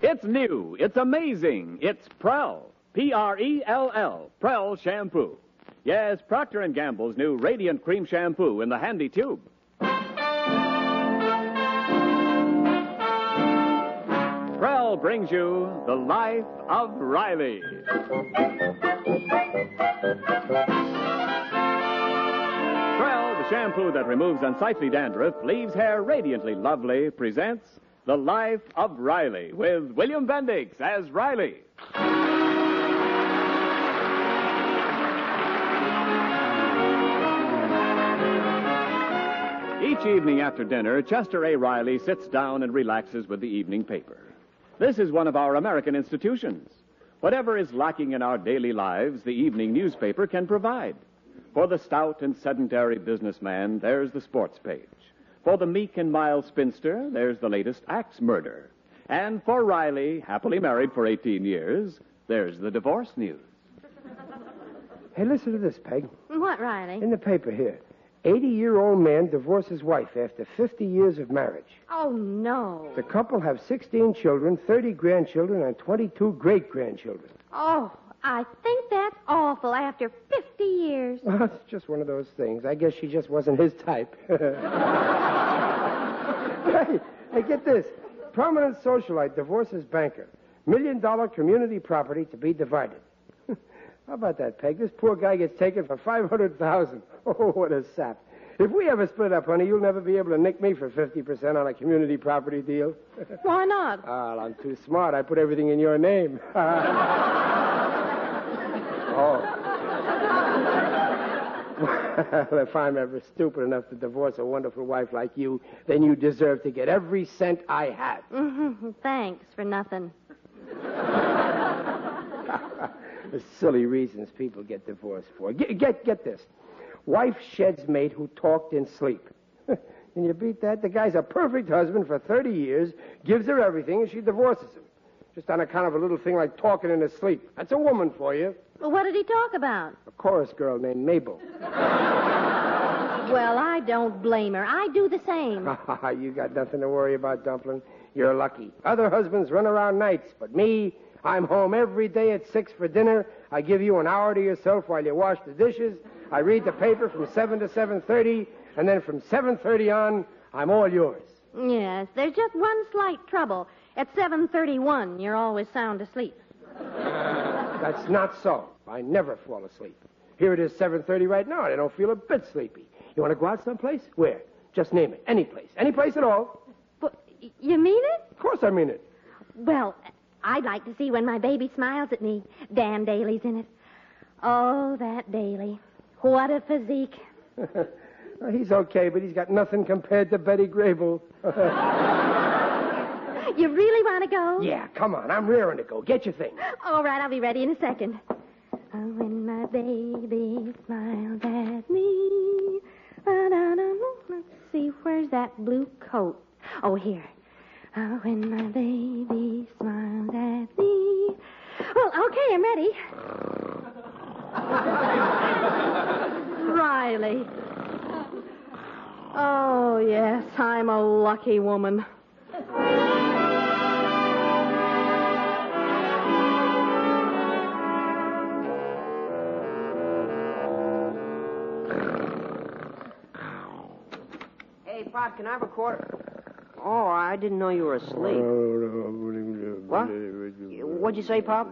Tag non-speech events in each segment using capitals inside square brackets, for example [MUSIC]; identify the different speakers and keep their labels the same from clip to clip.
Speaker 1: It's new. It's amazing. It's Prell. E P-R-E-L-L. Prell shampoo. Yes, Procter & Gamble's new Radiant Cream Shampoo in the handy tube. Prell brings you The Life of Riley. Prell, the shampoo that removes unsightly dandruff, leaves hair radiantly lovely, presents The Life of Riley with William Bendix as Riley. Each evening after dinner, Chester A. Riley sits down and relaxes with the evening paper. This is one of our American institutions. Whatever is lacking in our daily lives, the evening newspaper can provide. For the stout and sedentary businessman, there's the sports page. For the meek and mild spinster, there's the latest axe murder. And for Riley, happily married for 18 years, there's the divorce news.
Speaker 2: Hey, listen to this, Peg.
Speaker 3: What, Riley?
Speaker 2: In the paper here. 80 year old man divorces wife after 50 years of marriage.
Speaker 3: Oh, no.
Speaker 2: The couple have 16 children, 30 grandchildren, and 22 great grandchildren.
Speaker 3: Oh, I think that's awful after 50 years.
Speaker 2: [LAUGHS] Well, it's just one of those things. I guess she just wasn't his type. [LAUGHS] hey, hey, get this. Prominent socialite divorces banker. Million dollar community property to be divided. [LAUGHS] How about that, Peg? This poor guy gets taken for 500000 [LAUGHS] Oh, what a sap. If we ever split up, honey, you'll never be able to nick me for 50% on a community property deal.
Speaker 3: Why not?
Speaker 2: Ah, well, I'm too smart. I put everything in your name. [LAUGHS] oh. well, if I'm ever stupid enough to divorce a wonderful wife like you, then you deserve to get every cent I have.
Speaker 3: Mm-hmm. Thanks for nothing.
Speaker 2: The silly reasons people get divorced for. Get, get, get this. Wife sheds mate who talked in sleep. [LAUGHS] Can you beat that? The guy's a perfect husband for 30 years, gives her everything, and she divorces him. Just on account of a little thing like talking in his sleep. That's a woman for you.
Speaker 3: Well, what did he talk about?
Speaker 2: A chorus girl named Mabel. [LAUGHS]
Speaker 3: Well, I don't blame her. I do the same.
Speaker 2: Ah, you got nothing to worry about, Dumpling. You're lucky. Other husbands run around nights, but me, I'm home every day at six for dinner. I give you an hour to yourself while you wash the dishes. I read the paper from seven to seven thirty, and then from seven thirty on, I'm all yours.
Speaker 3: Yes, there's just one slight trouble. At 7:31, you're always sound asleep.
Speaker 2: That's not so. I never fall asleep. Here it is, 7.30 right now, and I don't feel a bit sleepy. You want to go out someplace? Where? Just name it. Any place. Any place at all.
Speaker 3: But y- you mean it?
Speaker 2: Of course I mean it.
Speaker 3: Well, I'd like to see when my baby smiles at me. Dan Daly's in it. Oh, that Daly. What a physique.
Speaker 2: Well, Uh, he's okay, but he's got nothing compared to Betty Grable.
Speaker 3: You really want to go?
Speaker 2: yeah, come on. I'm raring to go. Get your thing.
Speaker 3: All right, I'll be ready in a second. Oh, when my baby smiles at me. Ba-da-da-da. Let's see, where's that blue coat? Oh, here. Oh, when my baby smiles at me. Well, okay, I'm ready. [LAUGHS] Riley. Oh, yes, I'm a lucky woman.
Speaker 4: Hey, Pop, can I have a quarter? Oh, I didn't know you were asleep.
Speaker 2: What?
Speaker 4: What'd you say, Pop?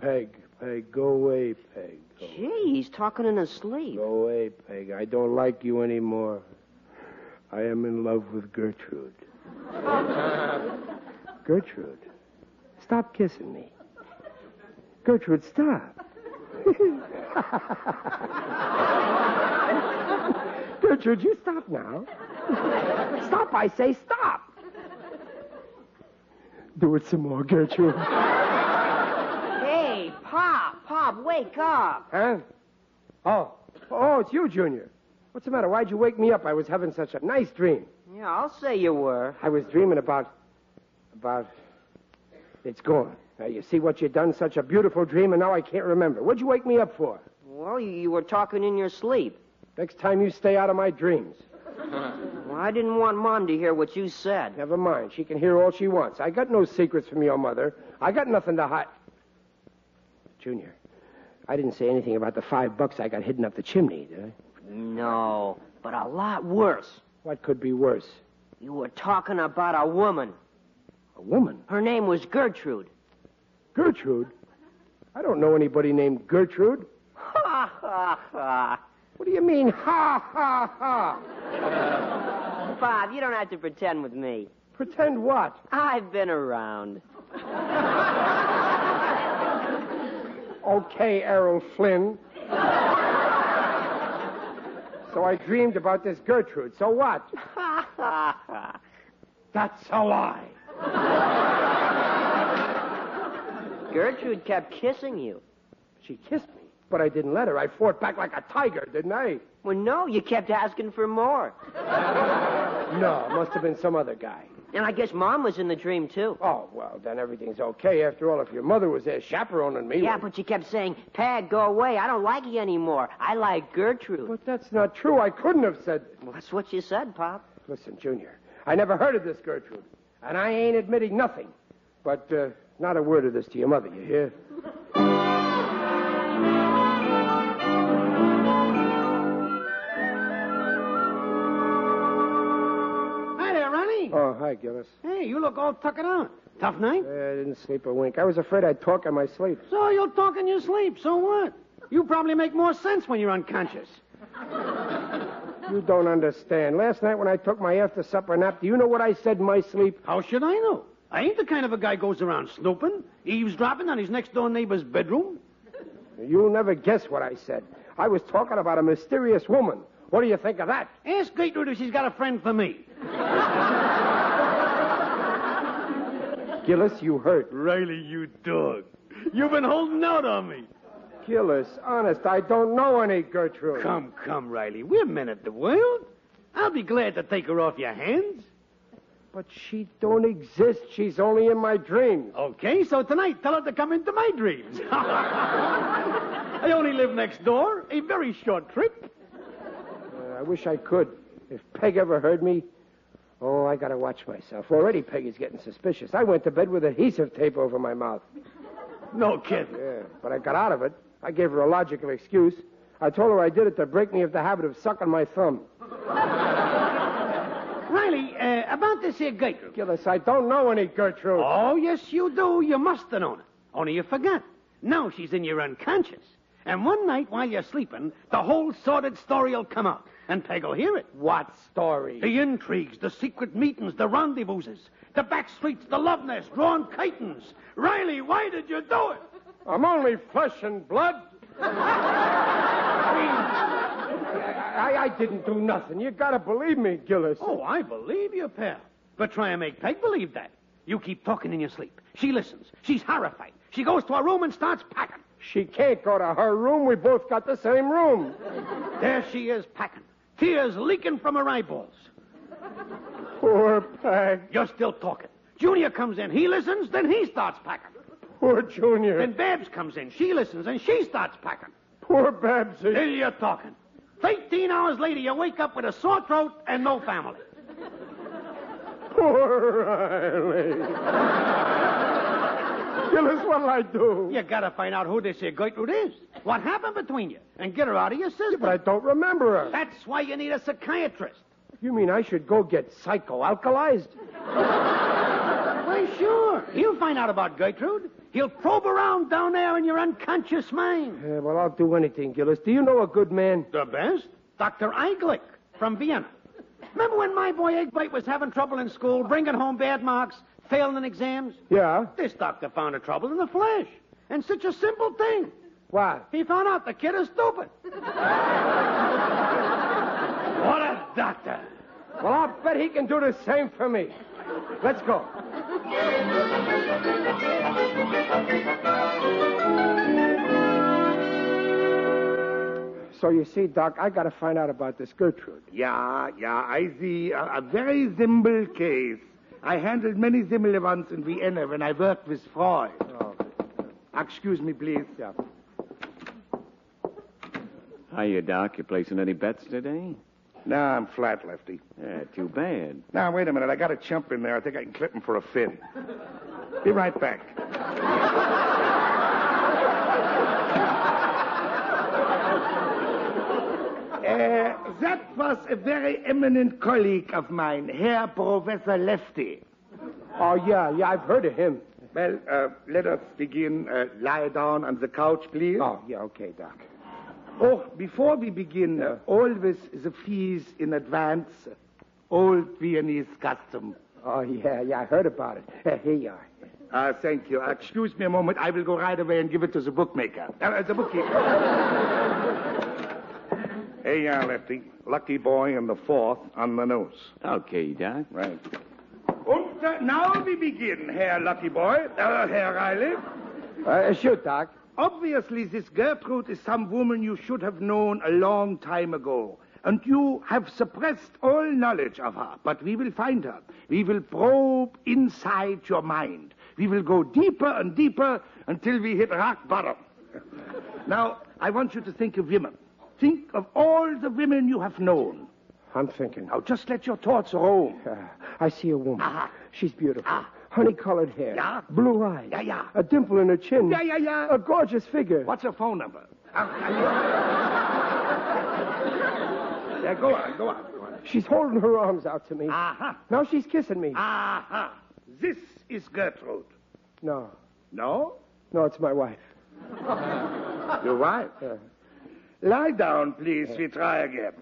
Speaker 2: Peg, Peg, go away, Peg. Go,
Speaker 4: Gee, he's talking in his sleep.
Speaker 2: go away, Peg. I don't like you anymore. I am in love with Gertrude. Gertrude, stop kissing me. Gertrude, stop. Gertrude, you stop now. Stop, I say, stop. Do it some more, Gertrude.
Speaker 4: Hey, Pop, Pop, wake up.
Speaker 2: Huh? Oh. Oh, it's you, Junior. What's the matter? Why'd you wake me up? I was having such a nice dream.
Speaker 4: Yeah, I'll say you were.
Speaker 2: I was dreaming about. about. It's gone. Now, you see what you done? Such a beautiful dream, and now I can't remember. What'd you wake me up for?
Speaker 4: Well, you, you were talking in your sleep.
Speaker 2: Next time you stay out of my dreams.
Speaker 4: Well, I didn't want Mom to hear what you said.
Speaker 2: Never mind. She can hear all she wants. I got no secrets from your mother. I got nothing to hide. Junior, I didn't say anything about the five bucks I got hidden up the chimney, did I?
Speaker 4: No, but a lot worse.
Speaker 2: What could be worse?
Speaker 4: You were talking about a woman.
Speaker 2: A woman?
Speaker 4: Her name was Gertrude. [LAUGHS]
Speaker 2: Gertrude? I don't know anybody named Gertrude.
Speaker 4: Ha ha ha.
Speaker 2: What do you mean, ha, ha, ha?
Speaker 4: Bob, you don't have to pretend with me.
Speaker 2: Pretend what?
Speaker 4: I've been around.
Speaker 2: Okay, Errol Flynn. so I dreamed about this Gertrude. So what?
Speaker 4: Ha ha ha.
Speaker 2: That's a lie.
Speaker 4: [LAUGHS] Gertrude kept kissing you.
Speaker 2: She kissed me, but I didn't let her. I fought back like a tiger, didn't I?
Speaker 4: Well, no, you kept asking for more.
Speaker 2: No, it must have been some other guy.
Speaker 4: And I guess Mom was in the dream, too.
Speaker 2: Oh, well, then everything's okay. After all, if your mother was there chaperoning me.
Speaker 4: Yeah, but she kept saying, Pad, go away. I don't like you anymore. I like Gertrude.
Speaker 2: But that's not true. I couldn't have said.
Speaker 4: Well, that's what you said, Pop.
Speaker 2: Listen, Junior, I never heard of this Gertrude, and I ain't admitting nothing. But uh, not a word of this to your mother, you hear?
Speaker 5: Hi there, Ronnie.
Speaker 2: Oh, hi, Gillis.
Speaker 5: Hey, you look all tuckered out. Tough night.
Speaker 2: Uh, I didn't sleep a wink. I was afraid I'd talk in my sleep.
Speaker 5: So you'll talk in your sleep. So what? You probably make more sense when you're unconscious.
Speaker 2: You don't understand. Last night when I took my after supper nap, do you know what I said in my sleep?
Speaker 5: How should I know? I ain't the kind of a guy goes around snooping, eavesdropping on his next door neighbor's bedroom.
Speaker 2: You'll never guess what I said. I was talking about a mysterious woman. What do you think of that?
Speaker 5: Ask Gertrude if she's got a friend for me.
Speaker 2: Gillis, you heard.
Speaker 5: Riley, you dog. You've been holding out on me.
Speaker 2: Gillis, honest, I don't know any Gertrude.
Speaker 5: Come, come, Riley. We're men of the world. I'll be glad to take her off your hands.
Speaker 2: But she don't exist. She's only in my dreams.
Speaker 5: Okay, so tonight, tell her to come into my dreams. [LAUGHS] I only live next door, a very short trip.
Speaker 2: Uh, I wish I could. If Peg ever heard me, oh, I gotta watch myself. Already Peggy's getting suspicious. I went to bed with adhesive tape over my mouth.
Speaker 5: No kidding.
Speaker 2: Yeah, but I got out of it. I gave her a logical excuse. I told her I did it to break me of the habit of sucking my thumb.
Speaker 5: Riley, uh, about this here Gertrude.
Speaker 2: Gillis, I don't know any Gertrude.
Speaker 5: Oh, yes, you do. You must have known it. Only you forgot. Now she's in your unconscious. And one night while you're sleeping, the whole sordid story will come out. And Peg will hear it.
Speaker 2: What story?
Speaker 5: The intrigues, the secret meetings, the rendezvouses, the back streets, the love nest, drawn curtains. Riley, why did you do it?
Speaker 2: I'm only flesh and blood.
Speaker 5: I mean,
Speaker 2: I, I, I didn't do nothing. You gotta believe me, Gillis.
Speaker 5: oh, I believe you, pal. But try and make Peg believe that. You keep talking in your sleep. She listens. She's horrified. She goes to her room and starts packing.
Speaker 2: She can't go to her room. We both got the same room.
Speaker 5: There she is packing. Tears leaking from her eyeballs.
Speaker 2: Poor Peg.
Speaker 5: You're still talking. Junior comes in. He listens. Then he starts packing.
Speaker 2: Poor Junior.
Speaker 5: Then Babs comes in. She listens. And she starts packing.
Speaker 2: poor Babsy.
Speaker 5: Still you're talking. Thirteen hours later, you wake up with a sore throat and no family.
Speaker 2: Poor Riley. [LAUGHS] Gillis, what'll I do?
Speaker 5: You gotta find out who this here Gertrude is. What happened between you? And get her out of your system.
Speaker 2: But I don't remember her.
Speaker 5: That's why you need a psychiatrist.
Speaker 2: You mean I should go get psychoalkalized?
Speaker 5: Why, sure. He'll find out about Gertrude. He'll probe around down there in your unconscious mind.
Speaker 2: Yeah, Eh, well, I'll do anything, Gillis. Do you know a good man?
Speaker 5: The best? Dr. Eiglick from Vienna. Remember when my boy Eggbite was having trouble in school, bringing home bad marks, failing in exams?
Speaker 2: Yeah.
Speaker 5: This doctor found the trouble in the flesh. And such a simple thing.
Speaker 2: What?
Speaker 5: He found out the kid is stupid. [LAUGHS] what a doctor.
Speaker 2: Well, I'll bet he can do the same for me. Let's go. So you see, Doc, I got to find out about this Gertrude.
Speaker 6: Yeah, yeah, I see a, a very simple case. I handled many similar ones in Vienna when I worked with Freud.
Speaker 2: Oh,
Speaker 6: Excuse me, please.
Speaker 2: yeah.
Speaker 1: Hiya, Doc. You placing any bets today?
Speaker 6: No, I'm flat, Lefty.
Speaker 1: Yeah, too bad.
Speaker 6: Now, wait a minute. I got a chump in there. I think I can clip him for a fin. Be right back. [LAUGHS] Uh, that was a very eminent colleague of mine, Herr Professor Lefty.
Speaker 2: Oh, yeah, yeah, I've heard of him.
Speaker 6: Well, uh, let us begin. Uh, lie down on the couch, please.
Speaker 2: Oh, yeah, okay, Doc.
Speaker 6: Oh, before we begin, uh, always the fees in advance. Old Viennese custom.
Speaker 2: Oh, yeah, yeah, I heard about it. here you are.
Speaker 6: Uh, thank you. Uh, excuse me a moment. I will go right away and give it to the bookmaker. Uh, Uh, the bookkeeper. hey, yeah, Lefty. Lucky boy in the fourth on the nose.
Speaker 1: Okay, Doc.
Speaker 6: Right. Und uh, now we begin, Herr Lucky Boy, uh, Herr Riley.
Speaker 2: Uh, shoot, Doc.
Speaker 6: Obviously, this Gertrude is some woman you should have known a long time ago. And you have suppressed all knowledge of her. But we will find her. We will probe inside your mind. We will go deeper and deeper until we hit rock bottom. now, I want you to think of women. Think of all the women you have known.
Speaker 2: I'm thinking.
Speaker 6: Now, just let your thoughts roam.
Speaker 2: Uh, I see a woman.
Speaker 6: Ah.
Speaker 2: She's beautiful.
Speaker 6: Ah.
Speaker 2: Honey-colored hair.
Speaker 6: Yeah.
Speaker 2: Blue eyes.
Speaker 6: Yeah, yeah.
Speaker 2: A dimple in her chin.
Speaker 6: Yeah, yeah, yeah.
Speaker 2: A gorgeous figure.
Speaker 6: What's her phone number? Ah, yeah, go on, go on, go on.
Speaker 2: She's holding her arms out to me.
Speaker 6: Aha,
Speaker 2: Now she's kissing
Speaker 6: Ah.
Speaker 2: me.
Speaker 6: aha. This is Gertrude.
Speaker 2: No,
Speaker 6: No?
Speaker 2: no, it's my wife.
Speaker 6: Your wife? Uh, Lie down, please. We try again.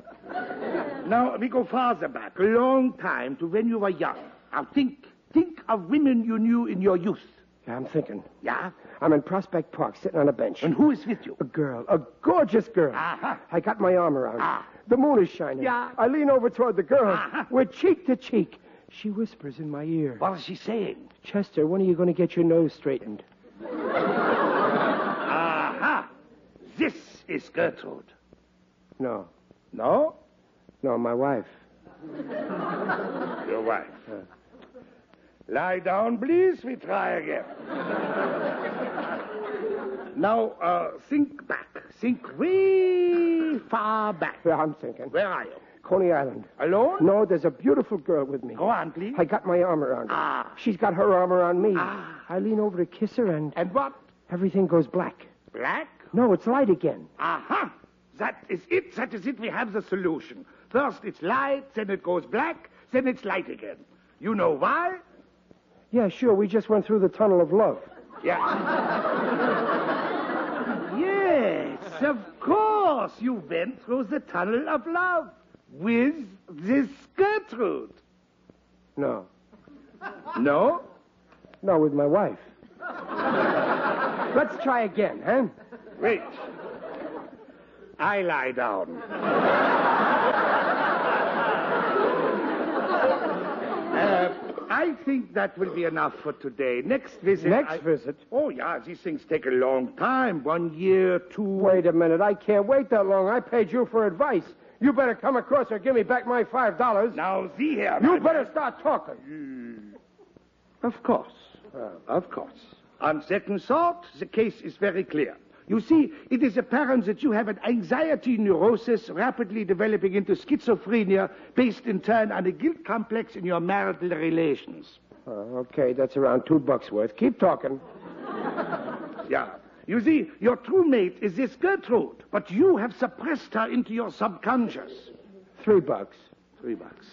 Speaker 6: Now, we go farther back, a long time to when you were young. Now, think, think of women you knew in your youth.
Speaker 2: Yeah, I'm thinking.
Speaker 6: Yeah?
Speaker 2: I'm in Prospect Park, sitting on a bench.
Speaker 6: And who is with you?
Speaker 2: A girl, a gorgeous girl.
Speaker 6: Aha.
Speaker 2: I got my arm around her.
Speaker 6: Uh-huh. Ah.
Speaker 2: The moon is shining.
Speaker 6: Yeah. Uh-huh.
Speaker 2: I lean over toward the girl.
Speaker 6: Aha.
Speaker 2: We're cheek to cheek. She whispers in my ear.
Speaker 6: What is she saying?
Speaker 2: Chester, when are you going to get your nose straightened?
Speaker 6: Aha! This is Gertrude.
Speaker 2: No,
Speaker 6: No?
Speaker 2: no, my wife.
Speaker 6: Your wife. Lie down, please. We try again. now, uh, think back. Think way far back.
Speaker 2: Yeah, I'm thinking.
Speaker 6: Where are you?
Speaker 2: Coney Island.
Speaker 6: Alone?
Speaker 2: No, there's a beautiful girl with me.
Speaker 6: Go on, please.
Speaker 2: I got my arm around her.
Speaker 6: Ah.
Speaker 2: She's got her arm around me.
Speaker 6: Ah.
Speaker 2: I lean over to kiss her, and
Speaker 6: And what?
Speaker 2: everything goes black.
Speaker 6: Black?
Speaker 2: No, it's light again.
Speaker 6: Aha! That is it. That is it. We have the solution. First it's light, then it goes black, then it's light again. You know why?
Speaker 2: Yeah, sure, we just went through the tunnel of love.
Speaker 6: Yeah. yes, of course. You went through the tunnel of love with this Gertrude.
Speaker 2: No,
Speaker 6: No?
Speaker 2: no, with my wife. Let's try again, huh?
Speaker 6: Wait. I lie down. Uh, I think that will be enough for today. Next visit.
Speaker 2: Next
Speaker 6: I-
Speaker 2: visit?
Speaker 6: Oh, yeah, these things take a long time. One year, two.
Speaker 2: Wait a minute, I can't wait that long. I paid you for advice. You better come across or give me back my five dollars.
Speaker 6: Now, see here.
Speaker 2: You
Speaker 6: my
Speaker 2: better start talking.
Speaker 6: Of course. of course. Uh, On second thought, the case is very clear. You see, it is apparent that you have an anxiety neurosis rapidly developing into schizophrenia based in turn on a guilt complex in your marital relations.
Speaker 2: Oh, okay, that's around two bucks worth. Keep talking.
Speaker 6: Yeah. You see, your true mate is this Gertrude, but you have suppressed her into your subconscious.
Speaker 2: Three bucks.
Speaker 6: Three bucks.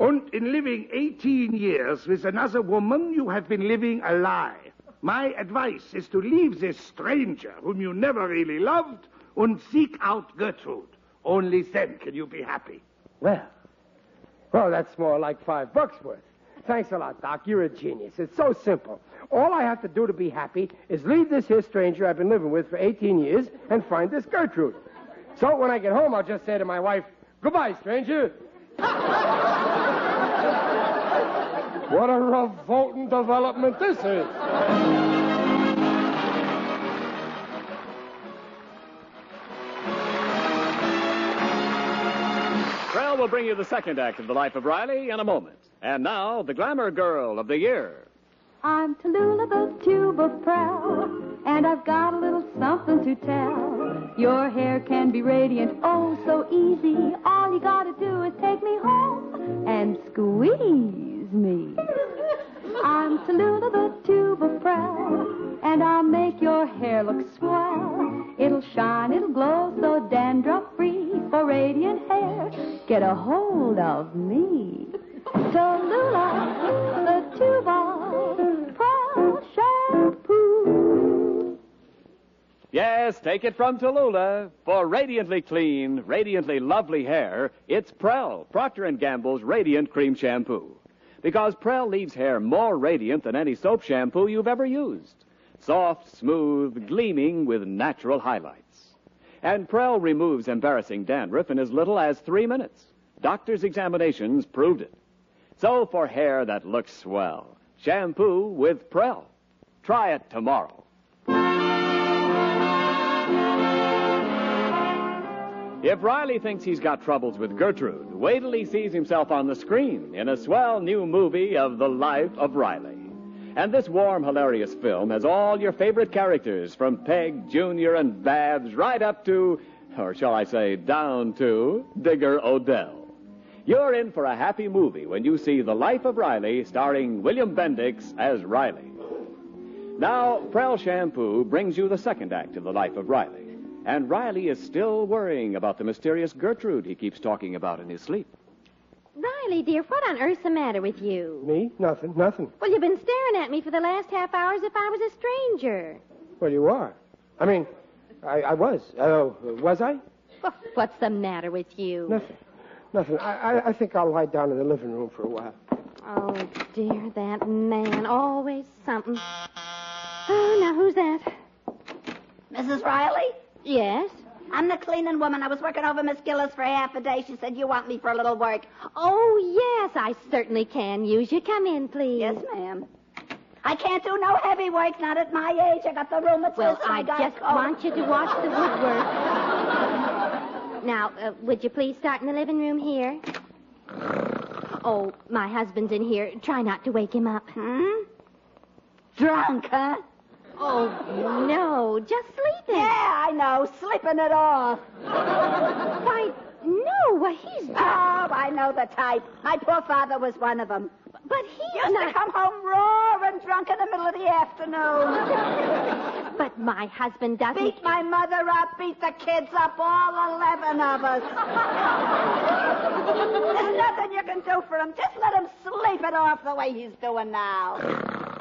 Speaker 6: And in living 18 years with another woman, you have been living a lie. My advice is to leave this stranger, whom you never really loved, and seek out Gertrude. Only then can you be happy.
Speaker 2: Well, well, that's more like five bucks worth. Thanks a lot, Doc. You're a genius. It's so simple. All I have to do to be happy is leave this here stranger I've been living with for 18 years and find this Gertrude. So when I get home, I'll just say to my wife, "Goodbye, stranger." [LAUGHS] what a revolting development this is.
Speaker 1: Krell will bring you the second act of The Life of Riley in a moment. And now, the glamour girl of the year.
Speaker 7: I'm Tallulah the tuba proud, and I've got a little something to tell. Your hair can be radiant, oh so easy. All you gotta do is take me home and squeeze me. I'm Tallulah the tuba proud, and I'll make your hair look swell. It'll shine, it'll glow, so dandruff free for radiant hair. Get a hold of me. Tallulah, the tuba, pearl shampoo.
Speaker 1: Yes, take it from Tallulah. For radiantly clean, radiantly lovely hair, it's Prel, Procter & Gamble's Radiant Cream Shampoo. Because Prel leaves hair more radiant than any soap shampoo you've ever used. Soft, smooth, gleaming with natural highlights. And Prel removes embarrassing dandruff in as little as three minutes. Doctors' examinations proved it. So for hair that looks swell, shampoo with Prel. Try it tomorrow. If Riley thinks he's got troubles with Gertrude, wait till he sees himself on the screen in a swell new movie of the life of Riley. And this warm, hilarious film has all your favorite characters from Peg, Junior, and Babs right up to, or shall I say, down to Digger Odell. You're in for a happy movie when you see The Life of Riley starring William Bendix as Riley. Now, Prel Shampoo brings you the second act of The Life of Riley. And Riley is still worrying about the mysterious Gertrude he keeps talking about in his sleep.
Speaker 3: Riley, dear, what on earth's the matter with you?
Speaker 2: Me? Nothing, nothing.
Speaker 3: Well, you've been staring at me for the last half hour as if I was a stranger.
Speaker 2: Well, you are. I mean, I, I was. Oh, was I?
Speaker 3: Well, what's the matter with you?
Speaker 2: Nothing. Nothing. I, I, I think I'll lie down in the living room for a while.
Speaker 3: Oh, dear, that man. Always something. Oh, now who's that?
Speaker 8: Mrs. Riley?
Speaker 3: Yes.
Speaker 8: I'm the cleaning woman. I was working over Miss Gillis for half a day. She said you want me for a little work.
Speaker 3: Oh, yes, I certainly can use you. Come in, please.
Speaker 8: Yes, ma'am. I can't do no heavy work, not at my age. I got the rheumatism.
Speaker 3: Well,
Speaker 8: I,
Speaker 3: I
Speaker 8: got Oh. a
Speaker 3: just
Speaker 8: cold.
Speaker 3: want you to watch the woodwork. now, uh, would you please start in the living room here? Oh, my husband's in here. Try not to wake him up.
Speaker 8: Hmm? Drunk, huh?
Speaker 3: Oh, no, just sleeping.
Speaker 8: Yeah, I know. Sleeping it off.
Speaker 3: Why, no, why, he's.
Speaker 8: Oh, I know the type. My poor father was one of them.
Speaker 3: But he's
Speaker 8: Used
Speaker 3: not.
Speaker 8: to come home roaring drunk in the middle of the afternoon.
Speaker 3: But my husband doesn't.
Speaker 8: Beat my mother up, beat the kids up, all 11 of us. There's nothing you can do for him. Just let him sleep it off the way he's doing now.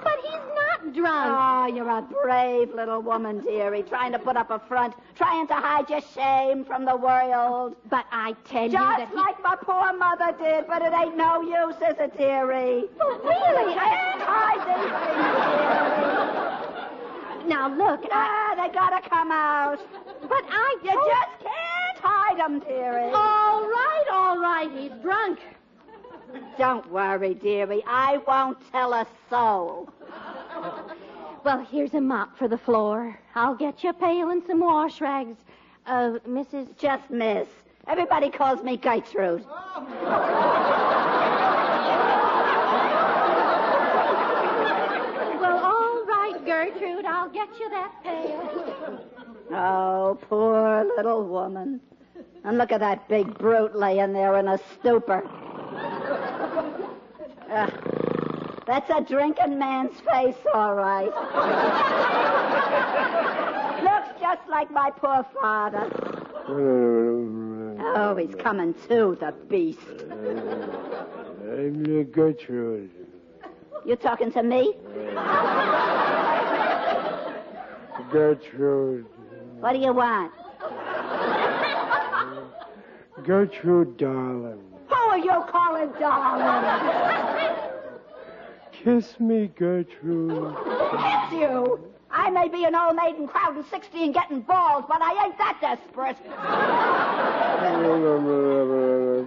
Speaker 3: But he's not drunk.
Speaker 8: Oh, you're a brave little woman, dearie, trying to put up a front, trying to hide your shame from the world.
Speaker 3: but I tell you that
Speaker 8: Just
Speaker 3: he.
Speaker 8: like my poor mother did, but it ain't no use, is it, dearie?
Speaker 3: Oh, really?
Speaker 8: Can't hide these things, dearie.
Speaker 3: Now, look, I.
Speaker 8: Ah, they gotta come out.
Speaker 3: But I.
Speaker 8: You just can't hide them, dearie.
Speaker 3: All right, all right, he's drunk.
Speaker 8: Don't worry, dearie. I won't tell a soul.
Speaker 3: Well, here's a mop for the floor. I'll get you a pail and some wash rags. Uh, Mrs.
Speaker 8: Just miss. Everybody calls me Gertrude.
Speaker 3: Well, all right, Gertrude, I'll get you that pail.
Speaker 8: Oh, poor little woman. And look at that big brute laying there in a stupor. Ugh. that's a drinking man's face, all right. Looks just like my poor father. Oh, he's coming to, the beast.
Speaker 2: I'm Gertrude.
Speaker 8: You talking to me?
Speaker 2: Gertrude.
Speaker 8: What do you want?
Speaker 2: Gertrude, darling.
Speaker 8: Who are you calling darling?
Speaker 2: Kiss me, Gertrude.
Speaker 8: It's you. I may be an old maid and crowding 60 and getting balls, but I ain't that desperate.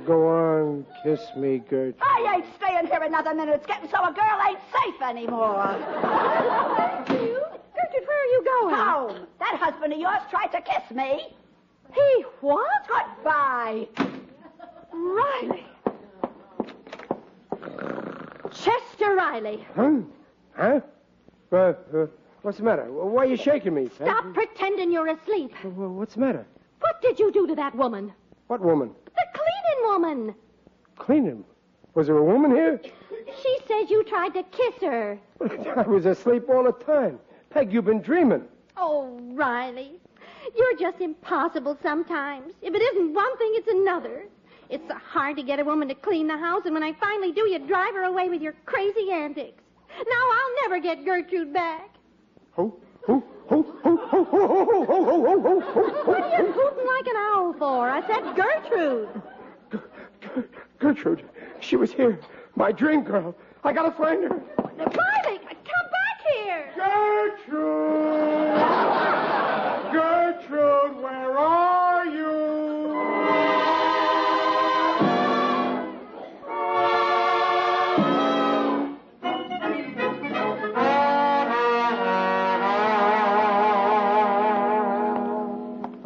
Speaker 2: Go on, kiss me, Gertrude.
Speaker 8: I ain't staying here another minute. It's getting so a girl ain't safe anymore.
Speaker 3: Gertrude, where are you going?
Speaker 8: Home. That husband of yours tried to kiss me.
Speaker 3: He what?
Speaker 8: Goodbye.
Speaker 3: Riley. Chester Riley.
Speaker 2: Huh? Huh? Uh, uh, what's the matter? Why are you shaking me? huh?
Speaker 3: Stop pretending you're asleep.
Speaker 2: Well, What's the matter?
Speaker 3: What did you do to that woman?
Speaker 2: What woman?
Speaker 3: The cleaning woman.
Speaker 2: Cleaning. Was there a woman here? [LAUGHS]
Speaker 3: She says you tried to kiss her.
Speaker 2: I was asleep all the time. Peg, you've been dreaming.
Speaker 3: Oh, Riley, you're just impossible sometimes. If it isn't one thing, it's another. It's so hard to get a woman to clean the house, and when I finally do, you drive her away with your crazy antics. Now I'll never get Gertrude back.
Speaker 2: Who? Who? Who? Who? Who? Who? Who? Who? Who? Who? Who? Who?
Speaker 3: What are you hooting like an owl for? I said Gertrude.
Speaker 2: Ger- Gertrude, she was here. My dream girl. I gotta find her.
Speaker 3: Now, Riley, come back here.
Speaker 2: Gertrude! Gertrude, where are you?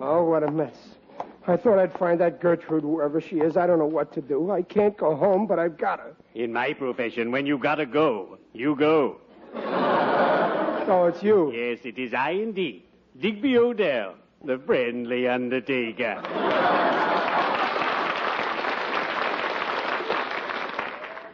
Speaker 2: Oh, what a mess. I thought I'd find that Gertrude wherever she is. I don't know what to do. I can't go home, but I've got her.
Speaker 9: In my profession, when you gotta go, you go.
Speaker 2: Oh, it's you.
Speaker 9: Yes, it is I indeed. Digby Odell, the friendly undertaker.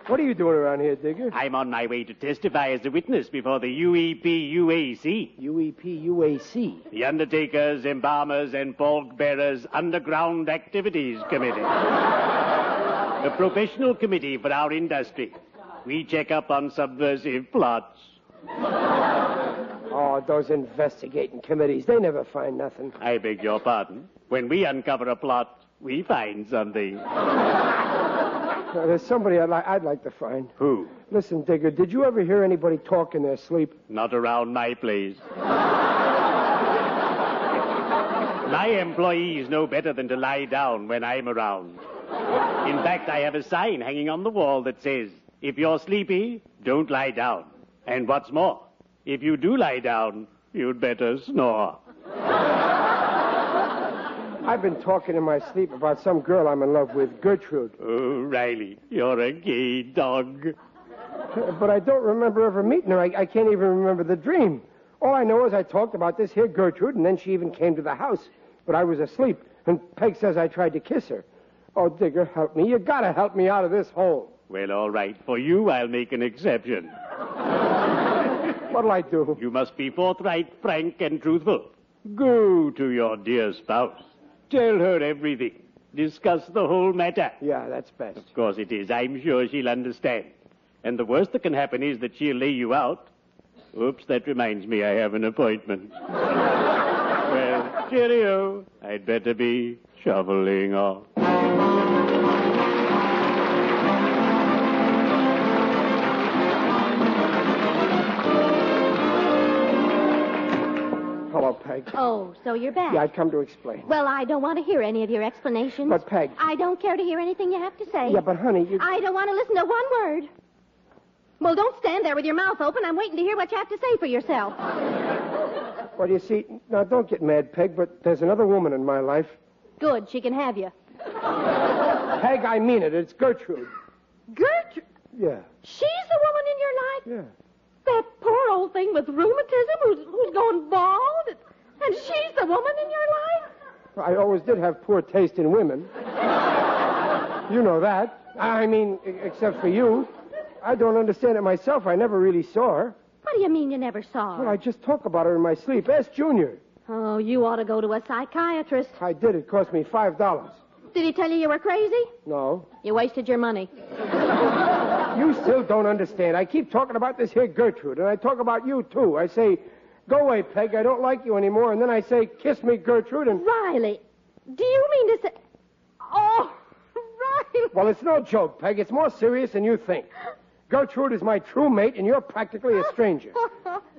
Speaker 2: What are you doing around here, Digger?
Speaker 9: I'm on my way to testify as a witness before the E UEP UAC.
Speaker 2: UEP UAC.
Speaker 9: The Undertakers, Embalmers, and Fork Bearers Underground Activities Committee. the professional committee for our industry. We check up on subversive plots.
Speaker 2: Oh, those investigating committees, they never find nothing.
Speaker 9: I beg your pardon. When we uncover a plot, we find something.
Speaker 2: Uh, there's somebody I'd, li- I'd like to find.
Speaker 9: Who?
Speaker 2: Listen, Digger, did you ever hear anybody talk in their sleep?
Speaker 9: Not around my place. my employees know better than to lie down when I'm around. In fact, I have a sign hanging on the wall that says, if you're sleepy, don't lie down. And what's more, if you do lie down, you'd better snore.
Speaker 2: I've been talking in my sleep about some girl I'm in love with, Gertrude,
Speaker 9: Oh, Riley, you're a gay dog.
Speaker 2: but I don't remember ever meeting her. I, I can't even remember the dream. All I know is I talked about this here Gertrude, and then she even came to the house, but I was asleep, and Peg says I tried to kiss her. Oh, Digger, help me. You gotta help me out of this hole.
Speaker 9: Well, all right. For you, I'll make an exception.
Speaker 2: What'll I do?
Speaker 9: You must be forthright, frank, and truthful. Go to your dear spouse. Tell her everything. Discuss the whole matter.
Speaker 2: Yeah, that's best.
Speaker 9: Of course it is. I'm sure she'll understand. And the worst that can happen is that she'll lay you out. Oops, that reminds me I have
Speaker 1: [LAUGHS]
Speaker 9: an appointment. well, cheerio. I'd better be shoveling off.
Speaker 2: Hello, Peg.
Speaker 3: Oh, so you're back.
Speaker 2: Yeah, I've come to explain.
Speaker 3: Well, I don't want to hear any of your explanations.
Speaker 2: But, Peg-
Speaker 3: I don't care to hear anything you have to say.
Speaker 2: Yeah, but honey, you.
Speaker 3: I don't want to listen to one word. Well, don't stand there with your mouth open. I'm waiting to hear what you have to say for yourself.
Speaker 2: Well, you see, now don't get mad, Peg, but there's another woman in my life.
Speaker 3: Good, she can have you.
Speaker 2: Peg, I mean it. It's Gertrude.
Speaker 3: Gertrude,
Speaker 2: Yeah,
Speaker 3: she's the woman in your life?
Speaker 2: yeah.
Speaker 3: That poor old thing with rheumatism who's, who's going bald? And she's the woman in your life?
Speaker 2: I always did have poor taste in women. you know that. I mean, e- except for you. I don't understand it myself. I never really saw her.
Speaker 3: What do you mean you never saw her?
Speaker 2: Well, I just talk about her in my sleep. Ask Junior.
Speaker 3: Oh, you ought to go to a psychiatrist.
Speaker 2: I did. It cost me five dollars.
Speaker 3: Did he tell you you were crazy?
Speaker 2: No.
Speaker 3: You wasted your money.
Speaker 2: You still don't understand. I keep talking about this here Gertrude, and I talk about you too. I say, go away, Peg. I don't like you anymore. And then I say, kiss me, Gertrude, and
Speaker 3: Riley, do you mean to say. Oh, [LAUGHS] Riley.
Speaker 2: Well, it's no joke, Peg. It's more serious than you think. Gertrude is my true mate, and you're practically a stranger.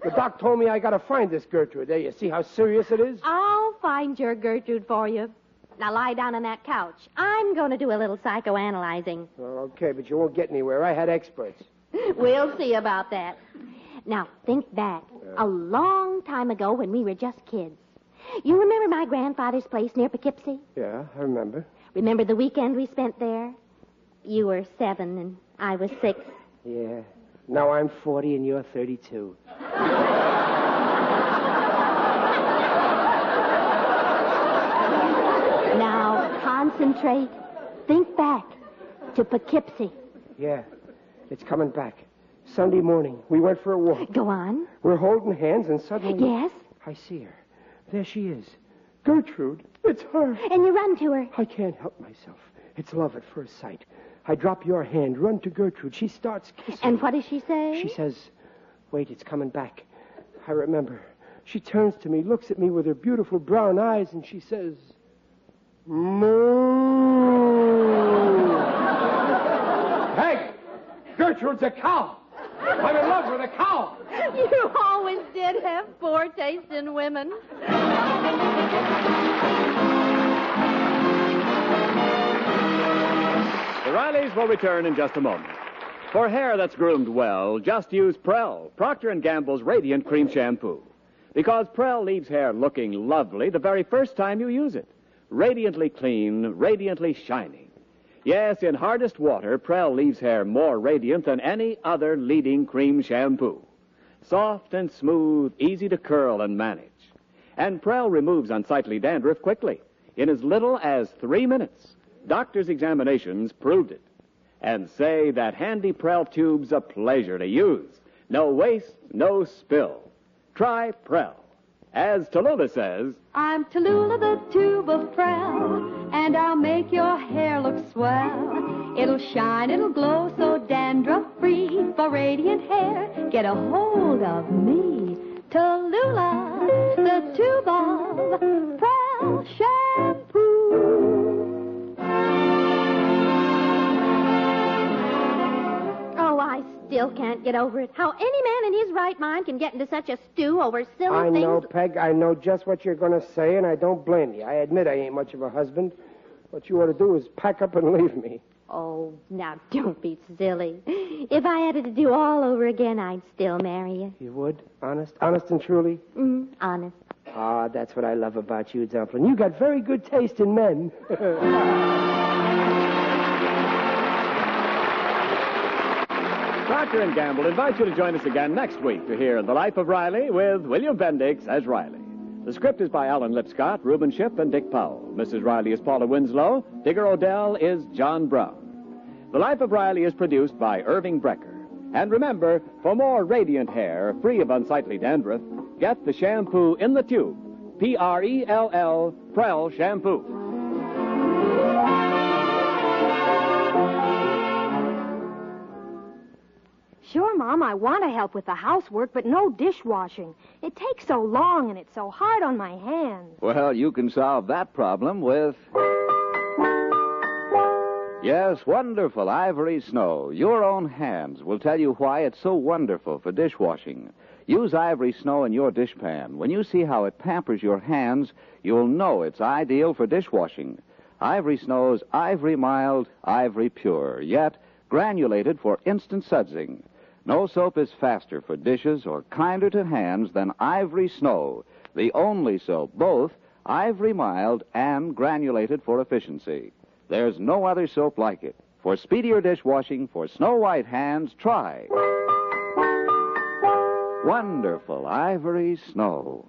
Speaker 2: The doc told me I gotta find this Gertrude. There, you see how serious it is?
Speaker 3: I'll find your Gertrude for you. Now lie down on that couch. I'm going to do a little psychoanalyzing.
Speaker 2: Well, okay, but you won't get anywhere. I had experts.
Speaker 3: We'll see about that. Now, think back. A long time ago when we were just kids. You remember my grandfather's place near Poughkeepsie?
Speaker 2: Yeah, I remember.
Speaker 3: Remember the weekend we spent there? You were seven and I was six.
Speaker 2: Yeah. Now I'm 40 and you're 32.
Speaker 3: Now, concentrate. Think back to Poughkeepsie.
Speaker 2: Yeah, it's coming back. Sunday morning, we went for a walk.
Speaker 3: Go on.
Speaker 2: We're holding hands and suddenly.
Speaker 3: Yes?
Speaker 2: I see her. There she is. Gertrude, it's her.
Speaker 3: And you run to her.
Speaker 2: I can't help myself. It's love at first sight. I drop your hand, run to Gertrude. She starts kissing.
Speaker 3: And what does she say?
Speaker 2: She says, Wait, it's coming back. I remember. She turns to me, looks at me with her beautiful brown eyes, and she says, Moo! hey! Gertrude's a cow! I'm in love with a cow!
Speaker 7: [LAUGHS] You always did have poor taste in women.
Speaker 1: The Rileys will return in just a moment. For hair that's groomed well, just use Prel, Procter & Gamble's Radiant Cream Shampoo. Because Prel leaves hair looking lovely the very first time you use it. Radiantly clean, radiantly shining. Yes, in hardest water, Prel leaves hair more radiant than any other leading cream shampoo. Soft and smooth, easy to curl and manage. And Prel removes unsightly dandruff quickly, in as little as three minutes. Doctors' examinations proved it. And say that handy Prel tube's a pleasure to use. No waste, no spill. Try Prel. As Tallulah says,
Speaker 7: I'm Tallulah the tube of Prel, and I'll make your hair look swell. It'll shine, it'll glow, so dandruff free. For radiant hair, get a hold of me. Tallulah, the tube of Prel shampoo.
Speaker 3: Oh, I still can't get over it. How any man in his right mind can get into such a stew over silly
Speaker 2: I
Speaker 3: things.
Speaker 2: know, Peg. I know just what you're going to say, and I don't blame you. I admit I ain't much of a husband. What you ought to do is pack up and [LAUGHS] leave me.
Speaker 3: Oh, now [LAUGHS] don't be silly. If I had it to do all over again, I'd still marry you.
Speaker 2: You would? Honest? Honest and truly?
Speaker 3: Mm, honest.
Speaker 2: Ah, that's what I love about you, Dumplin. You got very good taste in men.
Speaker 1: Procter & Gamble invites you to join us again next week to hear The Life of Riley with William Bendix as Riley. The script is by Alan Lipscott, Reuben Ship, and Dick Powell. Mrs. Riley is Paula Winslow. Digger Odell is John Brown. The Life of Riley is produced by Irving Brecker. And remember, for more radiant hair, free of unsightly dandruff, get the shampoo in the tube. P-R-E-L-L, Prel Shampoo.
Speaker 10: Sure, Mom, I want to help with the housework, but no dishwashing. It takes so long and it's so hard on my hands.
Speaker 11: Well, you can solve that problem with. Yes, wonderful ivory snow. Your own hands will tell you why it's so wonderful for dishwashing. Use ivory snow in your dishpan. When you see how it pampers your hands, you'll know it's ideal for dishwashing. Ivory snow's ivory mild, ivory pure, yet granulated for instant sudsing. No soap is faster for dishes or kinder to hands than Ivory Snow, the only soap, both ivory mild and granulated for efficiency. There's no other soap like it. For speedier dishwashing, for snow white hands, try. Wonderful Ivory Snow.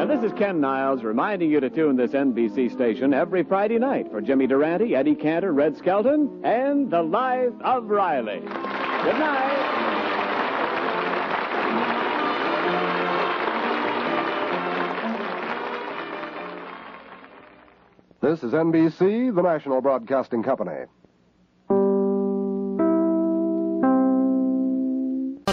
Speaker 1: And this is Ken Niles reminding you to tune this NBC station every Friday night for Jimmy Durante, Eddie Cantor, Red Skelton, and The Life of Riley. Good night.
Speaker 12: This is NBC, the national broadcasting company.
Speaker 13: Uh